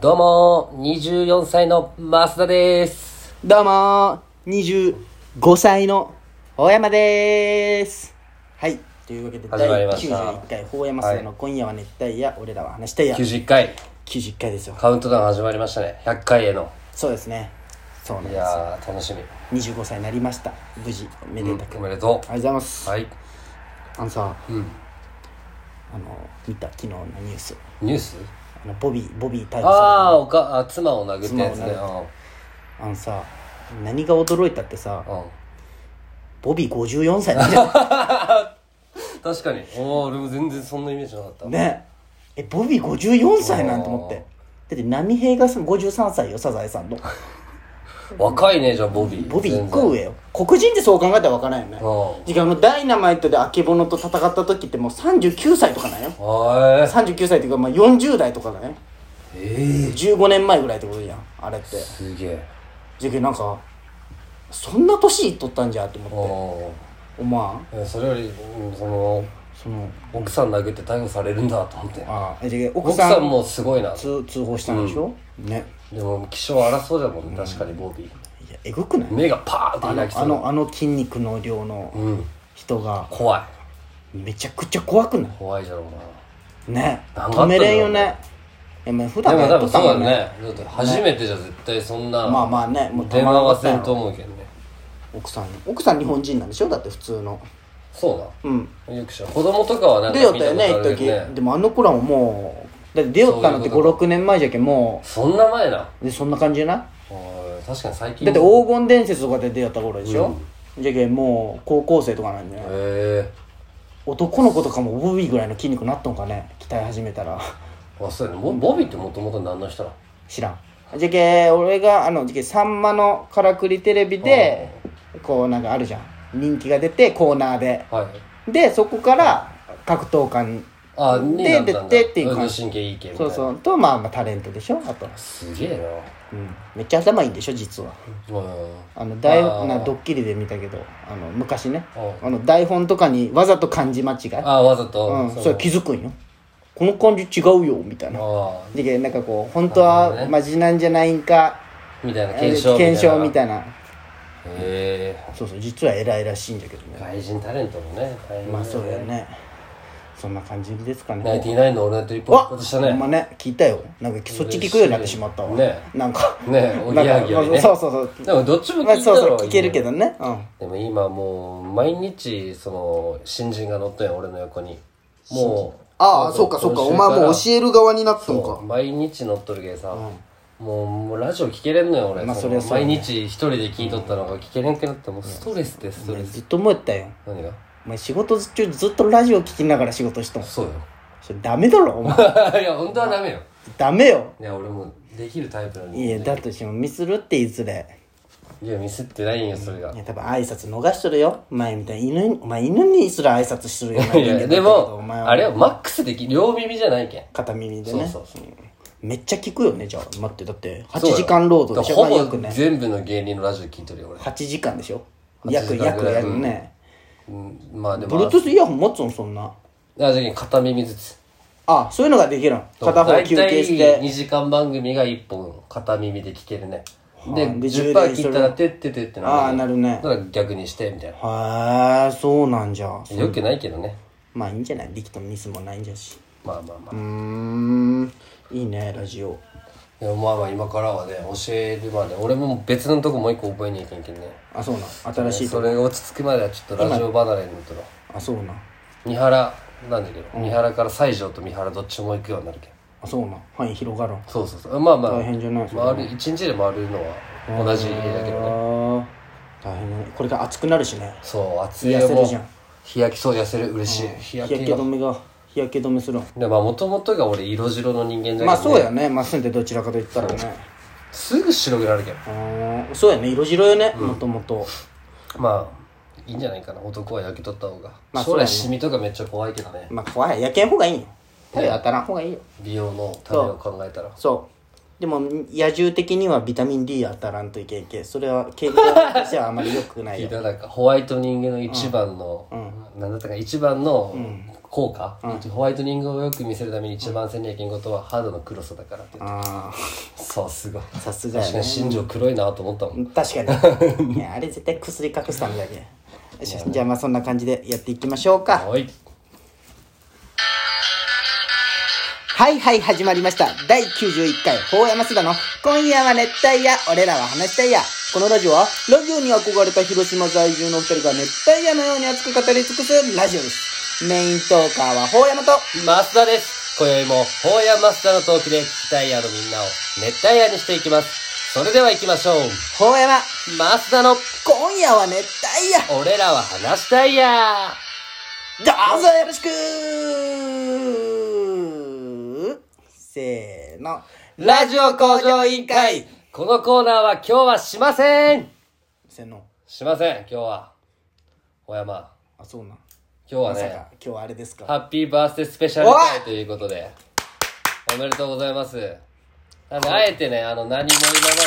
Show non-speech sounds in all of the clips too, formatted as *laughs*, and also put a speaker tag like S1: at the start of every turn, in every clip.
S1: どうも、24歳の増田です。
S2: どうもー、25歳の大山でーす。はい、というわけで、
S1: 始まり
S2: 第
S1: ました
S2: 91回、大山さんの今夜は熱帯夜、俺らは話したいや、
S1: 91回、
S2: 90回ですよ。
S1: カウントダウン始まりましたね。100回への。
S2: そうですね。そうなん
S1: い
S2: で
S1: やー、楽しみ。
S2: す。25歳になりました。無事、めでたく。
S1: おめでと
S2: ありがとうございます。
S1: う。はい。
S2: あのさ、
S1: うん。
S2: あの、見た昨日のニュース。
S1: ニュース
S2: あの、ボビー、ボビー逮捕さ
S1: あー、おか、あ、妻を殴ったやつね。
S2: 妻れた。あのさ、何が驚いたってさ、
S1: うん。うん。
S2: ボビー54歳なんじゃない
S1: 確かに。おー、俺も全然そんなイメージなかった。
S2: ねえ、ボビー54歳なんて思って。だって波平がその53歳よ、サザエさ
S1: *laughs*
S2: んの。
S1: 若いね、じゃあ、ボビー。
S2: ボビー
S1: 全然
S2: 一個上よ黒人ってそう考えたら分からんよね
S1: うん
S2: 時間のダイナマイトであけぼのと戦った時ってもう39歳とかなんよ
S1: はーい。
S2: 39歳っていうかまあ40代とかだね
S1: ええ
S2: 15年前ぐらいってことじゃんあれって
S1: ー。すげえ。
S2: じゃけなんかそんな年取ったんじゃって思っ
S1: お
S2: ておま
S1: ー。それより、うんその、
S2: あその
S1: 奥さん殴って逮捕されるんだと思って。
S2: ああえじゃけ奥
S1: 奥
S2: さん
S1: さんもすごいな。
S2: 通通報したんでしょ、ね
S1: でも気性荒そうだもんね、確かにボビー
S2: いやえぐくない
S1: 目がパーンって
S2: あの
S1: 開きそ
S2: あ
S1: うな
S2: のあの筋肉の量の
S1: うん
S2: 人が
S1: 怖い
S2: めちゃくちゃ怖くない
S1: 怖いじゃろうな
S2: ね
S1: なんかあった
S2: 止
S1: んだろうね
S2: めれんよねえまあ普
S1: で
S2: 段
S1: も
S2: や
S1: 多
S2: っと
S1: 分
S2: っ
S1: そ
S2: た
S1: う
S2: も
S1: だ
S2: ん
S1: ね
S2: ね
S1: だって初めてじゃ絶対そんな
S2: まあまあねもう
S1: 電話はせんと思うけどね
S2: 奥さん奥さん日本人なんでしょだって普通の
S1: そう
S2: うん
S1: だよくしゃ子供とかはなんか
S2: 出
S1: 見た
S2: よっ
S1: ことあ
S2: たよ
S1: る
S2: ね一
S1: け
S2: 時、
S1: どね
S2: でもあの頃はもうだって出よったのって
S1: そういうこと
S2: 56年前じゃけんも
S1: そんな前だ
S2: うでそんな感じじゃない
S1: おい確かに最近
S2: だって黄金伝説とかで出よった頃でしょ、じゃけんもう高校生とかなんじゃない
S1: へ
S2: 男の子とかもボビーぐらいの筋肉なっとんかね鍛え始めたら
S1: えあそうやねボボビーってもともと何の人だ
S2: 知らんじゃけ俺があのじゃけさんまのからくりテレビでこうなんかあるじゃん人気が出てコーナーで
S1: はい
S2: でそこから格闘家
S1: あになっ
S2: で
S1: た
S2: で
S1: んだ
S2: でっていう
S1: 運動
S2: 感じ
S1: 神経いい系みた
S2: そ
S1: いうな
S2: そうとまあまあタレントでしょあと、
S1: すげえ
S2: うん、めっちゃ頭いいんでしょ実は
S1: なうん
S2: あの台
S1: あー
S2: なドッキリで見たけどあの昔ね
S1: あ
S2: あの台本とかにわざと漢字間違い
S1: あわざと
S2: うん、
S1: その
S2: それ気づくんよこの漢字違うよみたいな
S1: ああ
S2: だけどなんかこう本当
S1: なるほど
S2: は
S1: ね
S2: マジなんじゃないんか
S1: みたいな
S2: えー
S1: 検証みたいな
S2: 検証みたいな
S1: へえ
S2: そうそう実は偉いらしいんだけどね
S1: 外人タレントもね大変だよね
S2: まあそうやねそんな感じですかね
S1: ナインティナインのオールナイト一本
S2: わ
S1: 復活した
S2: ほんま
S1: ね
S2: ね聞いたよなんかそっち聞くようになってしまったわ
S1: ね
S2: なんか
S1: ねおぎやはぎよりね
S2: なんかそうそうそう
S1: でもどっちも
S2: まあ
S1: 聞いた
S2: そうそ
S1: ら
S2: う聞けるけどねうん
S1: でも今もう毎日その新人が乗ったんや俺の横にもう
S2: ああそうかそうかお前もう教える側になったの
S1: そう
S2: か
S1: 毎日乗っとるけさもうもうラジオ聞けれんのよ俺
S2: まあ
S1: そ
S2: そり
S1: の
S2: ゃそう
S1: 毎
S2: ね
S1: 日一人で聞いとったのが聞けれんくなってもうストレスでストレス
S2: ずっと思ったよ
S1: 何が
S2: お前仕事中ずっとラジオ聞きながら仕事しとん
S1: そうよ
S2: それダメだろお前
S1: *laughs* いや本当はダメよ
S2: ダメよ
S1: いや俺もできるタイプなのに
S2: いやだとしてもミスるっていずれ
S1: いやミスってないんよそれが
S2: いや多分挨拶逃しとるよ前みたいに犬にお前犬にすら挨拶しとるよ
S1: いやでも
S2: お前は
S1: あれはマックスでき両耳じゃないけん
S2: 片耳で
S1: そう
S2: ね
S1: そうそう
S2: めっちゃ聞くよねじゃあ待ってだって8
S1: そうよ
S2: 時間労働でし
S1: だか
S2: ょまあ
S1: ら
S2: よ
S1: ほ
S2: く
S1: ぼ
S2: ね
S1: 全部の芸人のラジオ聞いとるよ俺
S2: 8時間でしょ
S1: 8時
S2: 約
S1: 間
S2: 約
S1: ぐらい
S2: やるね
S1: うんまあでも
S2: Bluetooth イヤホン持つのそんな
S1: あじゃあ片耳ずつ
S2: あそういうのができるん片方休憩し
S1: 大体
S2: て
S1: 2時間番組が1本片耳で聞けるねで
S2: で
S1: 10
S2: 10
S1: 切ったらてっててって
S2: あーなるね
S1: だから逆にしてみたい
S2: へえそうなんじゃ
S1: なよくないけどね
S2: まあいいんじゃないできたミスもないんじゃし
S1: まあまあまあ
S2: うーんいいねラジオ
S1: でもまあまあ今からはね教えるまで俺も別のとこもう一個覚えにいけんけんね
S2: あそうなん新しい
S1: そ
S2: と
S1: れが落ち着くまではちょっとラジオ離れになっとろう
S2: あそうなん
S1: 三原なんだけど、三原から西条と三原どっちも行くようになるけん
S2: あそうなん範囲広がるん
S1: そうそうそうまあまあ
S2: 大変じゃないそれ
S1: 回る一日で回るのは同じ家だけどね
S2: あー大変だねこれから暑くなるしね
S1: そう暑いよ
S2: 痩せ
S1: も
S2: る
S1: う
S2: じゃん
S1: 日焼けそう痩せる嬉しい日
S2: 日
S1: 焼
S2: 焼
S1: け
S2: け
S1: が
S2: 止めが日焼け止めするん
S1: でまあもともとが俺色白の人間じゃけど
S2: まあそうやねまあ住んでどちらかといったらね
S1: すぐ白くなるけん
S2: うんそうやね色白よねもともと
S1: まあいいんじゃないかな男は焼けとった方が、
S2: まあ
S1: 将
S2: そうや
S1: 来
S2: ね
S1: シミとかめっちゃ怖いけどね
S2: まあ怖い焼けん方がいいんよ手当たらん方がいいよ
S1: 美容のためを考えたら
S2: そでも野獣的にはビタミン D 当たらんといけんけそれは健康としてはあまり良くない
S1: 聞い
S2: よ
S1: たなんかホワイトニングの一番の、なんだったか一番の効果、ホワイトニングをよく見せるために一番せんにゃいけんことは肌の黒さだからって、
S2: あ
S1: そうすごい
S2: あさすがや
S1: 確か
S2: ね
S1: に新庄黒いなと思ったもん、
S2: 確
S1: *laughs*
S2: かにいやあれ絶対薬隠すためだけよいしょじゃあまあそんな感じでやっていきましょうか
S1: おい
S2: はいはい、始まりました。第91回、法山須田の、今夜は熱帯夜、俺らは話したいや。このラジオは、ラジオに憧れた広島在住のお二人が熱帯夜のように熱く語り尽くすラジオです。メイントーカーは法山と、
S1: マスターです今宵もホーヤマスターのトークで熱帯夜のみんなを熱帯夜にしていきますそれでは行きましょう
S2: 法山、
S1: マスターの
S2: 今夜は熱帯夜、
S1: 俺らは話したいや
S2: どうぞよろしくせーの。
S1: ラジオ向上委員会このコーナーは今日はしません
S2: せーの。
S1: しません今日はホヤマ
S2: あ、そうなん。
S1: 今日は
S2: まさ
S1: ね
S2: か、今日はあれですか。
S1: ハッピーバースデースペシャル会ということで、おめでとうございます。なんで、あえてね、あの、何も今までずっと、自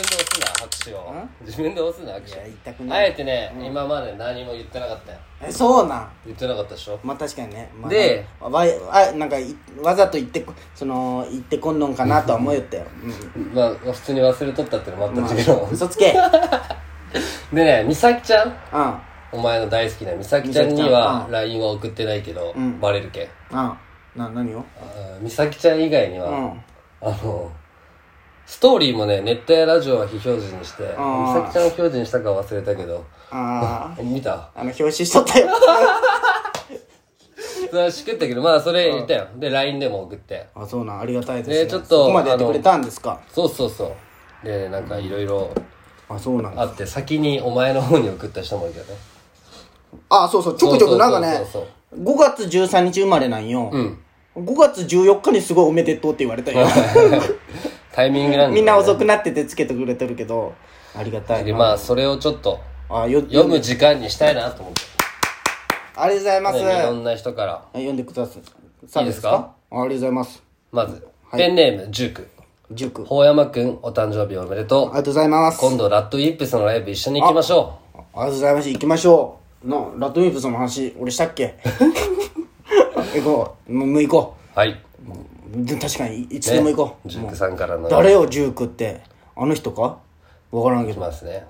S1: 分で押すな、拍手を。自分で押すな、拍
S2: いや言いたく
S1: 手。
S2: な
S1: あ
S2: い
S1: えてね、今まで何も言ってなかったよ。
S2: え、そうなん。
S1: 言ってなかったでしょ
S2: まあ確かにね、まあ、
S1: で
S2: わあなんかいわざと言ってこその言ってこんのんかなとは思いよったよ、
S1: まあ、普通に忘れとったっていうの
S2: うん
S1: もあったんだけど。
S2: 嘘つけう
S1: でね、美咲ちゃん
S2: ん
S1: お前の大好きな美咲ちゃんには
S2: 美咲ちゃんうん
S1: LINE は送ってないけど、
S2: ん
S1: バレるけ。
S2: あな何を
S1: あ美咲ちゃん以外に
S2: う
S1: は、
S2: ん
S1: あの、ストーリーもね、熱帯ラジオは非表示にして、美
S2: あー
S1: 咲ちゃんを表示にしたか忘れたけど、
S2: あー
S1: 見た
S2: あの表紙しと *laughs* ったよ
S1: それはしくったけど、まあそれ言ったよ。で、LINE でも送って。
S2: あそうなんありがたいですね
S1: ねちょっと
S2: そこまでやってくれたんですか
S1: そうそうそう。で、なんかいろいろ
S2: あそうなん
S1: あ
S2: あ
S1: って、先にお前の方に送った人もいるよ
S2: *laughs*
S1: ね。
S2: あそうそうちょくちょくなんかね
S1: そうそうそう
S2: 5月13日生まれなんよ、
S1: ん
S2: 5月14日にすごいおめでとうって言われたよ
S1: タイミングなんで、
S2: *laughs* みんな遅くなっててつけてくれてるけどありがたい
S1: で、
S2: な
S1: まあそれをちょっと
S2: あよ
S1: 読む時間にしたいなと思って。
S2: ありがとうございます、
S1: ねいろんな人から。
S2: はい読んでください。
S1: いいですか
S2: ありがとうございます。
S1: まず、ペンネーム、ジューク。
S2: 塾。あ
S1: ほうやまくん、お誕生日おめでと
S2: り
S1: う。
S2: がとうございます。あり
S1: 今度、ラッドウィップスのライブ一緒に行きましょう。
S2: がとうございます。行きましょう。の、ラッドウィープスの話、俺したっ *laughs* け行こう。もうもう行こ
S1: はい。
S2: う。で確かに、いつでも行こう。
S1: ジュークさんからの。
S2: 誰よ、塾って。あの人かわからんけ
S1: し
S2: ど。
S1: ますね。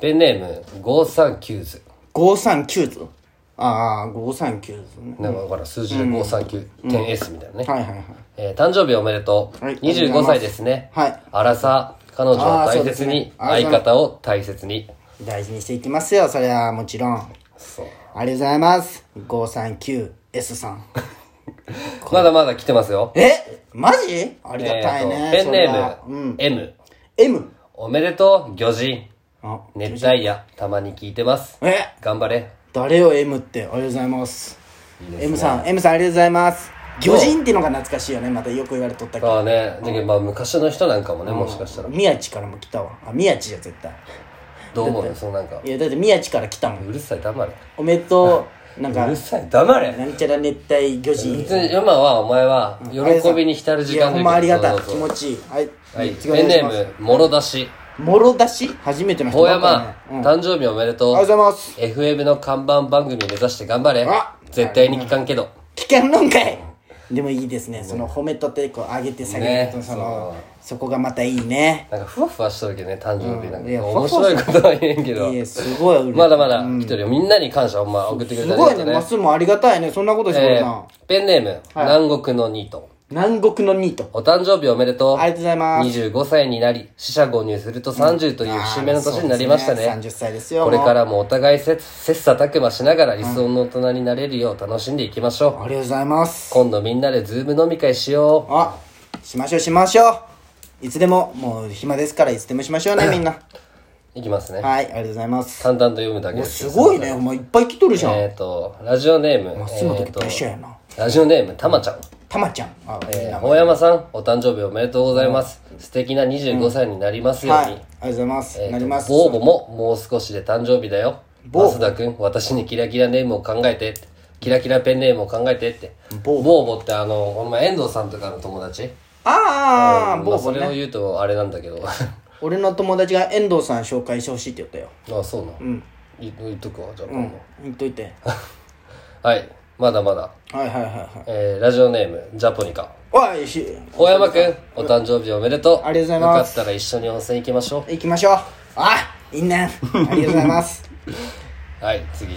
S1: ペンネーム、539ズ。
S2: 539図ああ、539図ね。
S1: なんかほら、数字で539、10S みたいなね。
S2: はいはいはい。
S1: えー誕生日おめでとう。
S2: はい
S1: 25歳ですね。
S2: はい
S1: あらさ、彼女を大切に、
S2: あーそうです
S1: 相
S2: ね
S1: 方を大切に。
S2: 大事にしていきますよ、それはもちろん。あ
S1: そう。
S2: りがとうございます。539S さん。
S1: まだまだ来てますよ。
S2: えマジありがたいね。
S1: えーとペンネ
S2: それは
S1: ーム、M。
S2: M。
S1: おめでとう、魚人。
S2: あ、
S1: 熱帯夜、たまに聞いてます。
S2: え
S1: 頑張れ。
S2: 誰よ M って。ありがとうございます。
S1: いいですね
S2: M さん、M さんありがとうございます。魚人っていうのが懐かしいよね。またよく言われとったけど。
S1: まあね、だけどまあ昔の人なんかもね、もしかしたら。
S2: 宮地からも来たわ。あ、宮地じゃ絶対。
S1: どう思うよ、そのなんか
S2: い。や、だって宮地から来たもん。
S1: うるさい、黙れ。
S2: おめでとう。
S1: *laughs*
S2: なん
S1: う
S2: か
S1: る、さい、黙れ
S2: なんちゃら熱帯魚人。
S1: 別に今はお前は喜びに浸る時間
S2: いや、ほんまありがたい。
S1: そう
S2: 気
S1: そう
S2: 持ちいい。はい。
S1: はい、
S2: 次お
S1: ペン
S2: 願
S1: ネ
S2: いします
S1: ーム、もろだし。
S2: もろ出し初めての人
S1: 大
S2: ばっか
S1: 山、
S2: りねうんあ
S1: 誕生日おめでと
S2: りがと
S1: う。
S2: うございます。
S1: FM の看板番組目指して頑張れ
S2: あ。
S1: 絶対に聞かんけど。
S2: 危険論かいでもいいですね。その褒めとって、こう、上げて下げてと、
S1: ね
S2: その、そこがまたいいね。
S1: なんかふわふわしとるけどね、誕生日なん
S2: うんいや
S1: か。面白いことは言えんけど
S2: い。や、すごい嬉しい。
S1: まだまだ来てるよ。みんなに感謝ほんま送ってくれ
S2: す
S1: た
S2: ごいね、ま
S1: ね。
S2: っすーもありがたいね。そんなことしてくれ
S1: え
S2: た
S1: ー
S2: な。
S1: ペンネーム、南国のニート。
S2: 南国のニート。
S1: お誕生日おめでとう。
S2: ありがとうございます。
S1: 25歳になり、死者購入すると30という節目の年になりましたね。
S2: そうですね30歳ですよ。
S1: これ
S2: も
S1: か
S2: う。
S1: らもお互いせ切磋琢磨しながら理想の大人になれるよう楽しんでいきましょう。
S2: ありがとうございます。
S1: 今度みんなでズーム飲み会しよ
S2: あ、しましょう、しましょう。いつでも、もう暇ですから、いつでもしましょうね、みんな。
S1: う。いきますね。
S2: はい、ありがとうございます。
S1: 淡々と読むだけです
S2: す
S1: よ。
S2: ごいね、お前いっぱい来とるじゃん。
S1: えっ、と、ラジオネーム、
S2: まっすーの
S1: え
S2: 時
S1: ー
S2: と一緒やな。
S1: ラジオネーム、たまちゃん。
S2: たまちゃん。あ、いい
S1: え
S2: な
S1: ー大山さん、お誕生日おめでとうございます。素敵な25歳になりますよう
S2: はい、あり
S1: に
S2: が。とうございます。
S1: えーと
S2: なります。
S1: ボーボももう少しで誕生日だよ。
S2: ボー
S1: ボ
S2: ボ
S1: スダ君、私にキラキラネームを考えてって。キラキラペンネームを考えてって。
S2: ボ
S1: ボ
S2: ー
S1: ーボってあの、この前遠藤さんとかの友達。
S2: あーあ
S1: う
S2: ー、
S1: んま
S2: 某
S1: あ、そ
S2: 某
S1: れを
S2: ね。
S1: 言うとあれなんだけど *laughs* あ
S2: 俺の友達が遠藤さん紹介してほしいって言ったよ。
S1: そうなの、
S2: うん。
S1: い言っとくわじゃあ、
S2: うん。言っといて。
S1: はいまだまだ、
S2: はいはいはいはい。
S1: えーラジオネームジャポニカ
S2: おい、し、
S1: 大山くんお誕生日おめでとう
S2: ありがとうございます
S1: よかったら一緒に温泉行きましょ
S2: 行きましょう。あいいね。ありがとうございます。 *laughs*
S1: うはい次、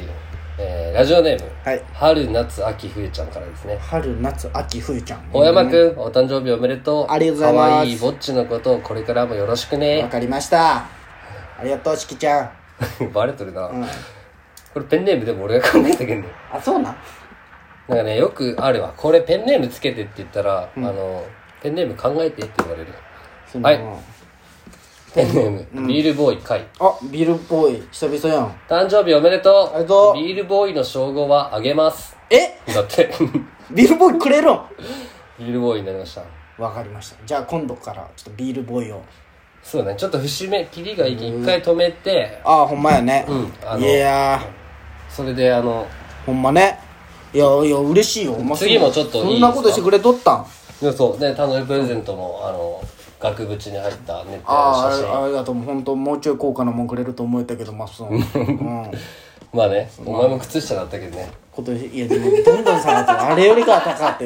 S1: えーラジオネーム、
S2: はい
S1: 春夏秋冬ちゃんからですね
S2: 春、夏、秋、冬ちゃん。
S1: 大山くん、お誕生日おめでとう。
S2: ありがとうございます
S1: かわいいぼっちのことをこれからもよろしく
S2: わ
S1: ね。
S2: かりました。ありがとう、しきちゃん。
S1: *laughs* バレとるな、
S2: うん。
S1: これペンネームでも俺が考えたけんね。
S2: あ、そうなん
S1: なんかね、よくあるわ。これペンネームつけてって言ったら、あの、ペンネーム考えてって言われる。
S2: そんなの
S1: はいペンネーム、ビールボーイかい。
S2: あ、ビルっぽい。久々やん。
S1: 誕生日おめでとう。
S2: ありがとう
S1: ビールボーイの称号はあげます。
S2: え
S1: だって、 *laughs*
S2: ビルボーイくれるん
S1: ビールボーイになりました。
S2: わかりました。じゃあ今度から、ちょっとビールボーイを。
S1: そうね、ちょっと節目、キリがいいき一回止めて、
S2: ああ、ほんまやね。
S1: うんあの
S2: いや
S1: それであの、
S2: ー、ほんまね。いや、いや、嬉しいよ。ほんま
S1: 次もちょっといい
S2: そんなことしてくれとったん
S1: いやそうで誕生日プレゼントもあの額縁に入ったネット
S2: あ
S1: の写
S2: あ、ありがとう。本当もうちょい高価なもんくれると思
S1: *laughs*
S2: えたけど、まあ、その、うん。
S1: 真まあねお前も靴下だったけどね
S2: こと、いや、でも、どんどん下がってる。あれよりかは高って。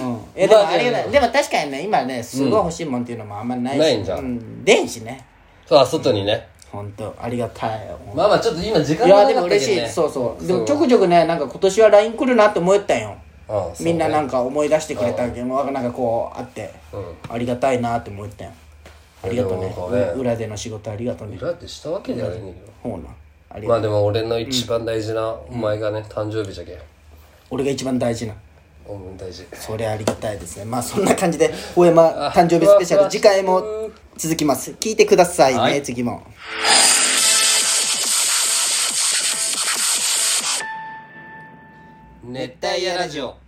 S2: うん。え、でも、あれがない。でも確かにね、今ね、すごい欲しいもんっていうのもあんまないし。
S1: ないんじゃん
S2: うん。でんしね。
S1: そうあ外にね
S2: 本当ありがたいよ。
S1: まあまあちょっと今時間
S2: い
S1: が
S2: や
S1: な
S2: で
S1: か
S2: も
S1: ったけど
S2: 嬉し
S1: ね
S2: いそうそうでもち
S1: そ
S2: ょ
S1: う
S2: くちょくねなんか今年は LINE 来るなって思ったんよ
S1: ああそう
S2: みんななんか思い出してくれたけどなんかこうあって
S1: う
S2: ありがたいなって思ったんよありがとう
S1: いや
S2: ね
S1: でもなんかね
S2: 裏での仕事ありがとうね
S1: 裏ってしたわけじゃないんだけど
S2: ほうなありが
S1: まあでも俺の一番大事な、お前がね誕生日じゃけん
S2: 俺が一番大事な
S1: お前大事
S2: それありがたいですねまあそんな感じで大山誕生日スペシャル次回も続きます聞いてくださいね、
S1: はい
S2: 次も
S1: 熱帯夜ラジオ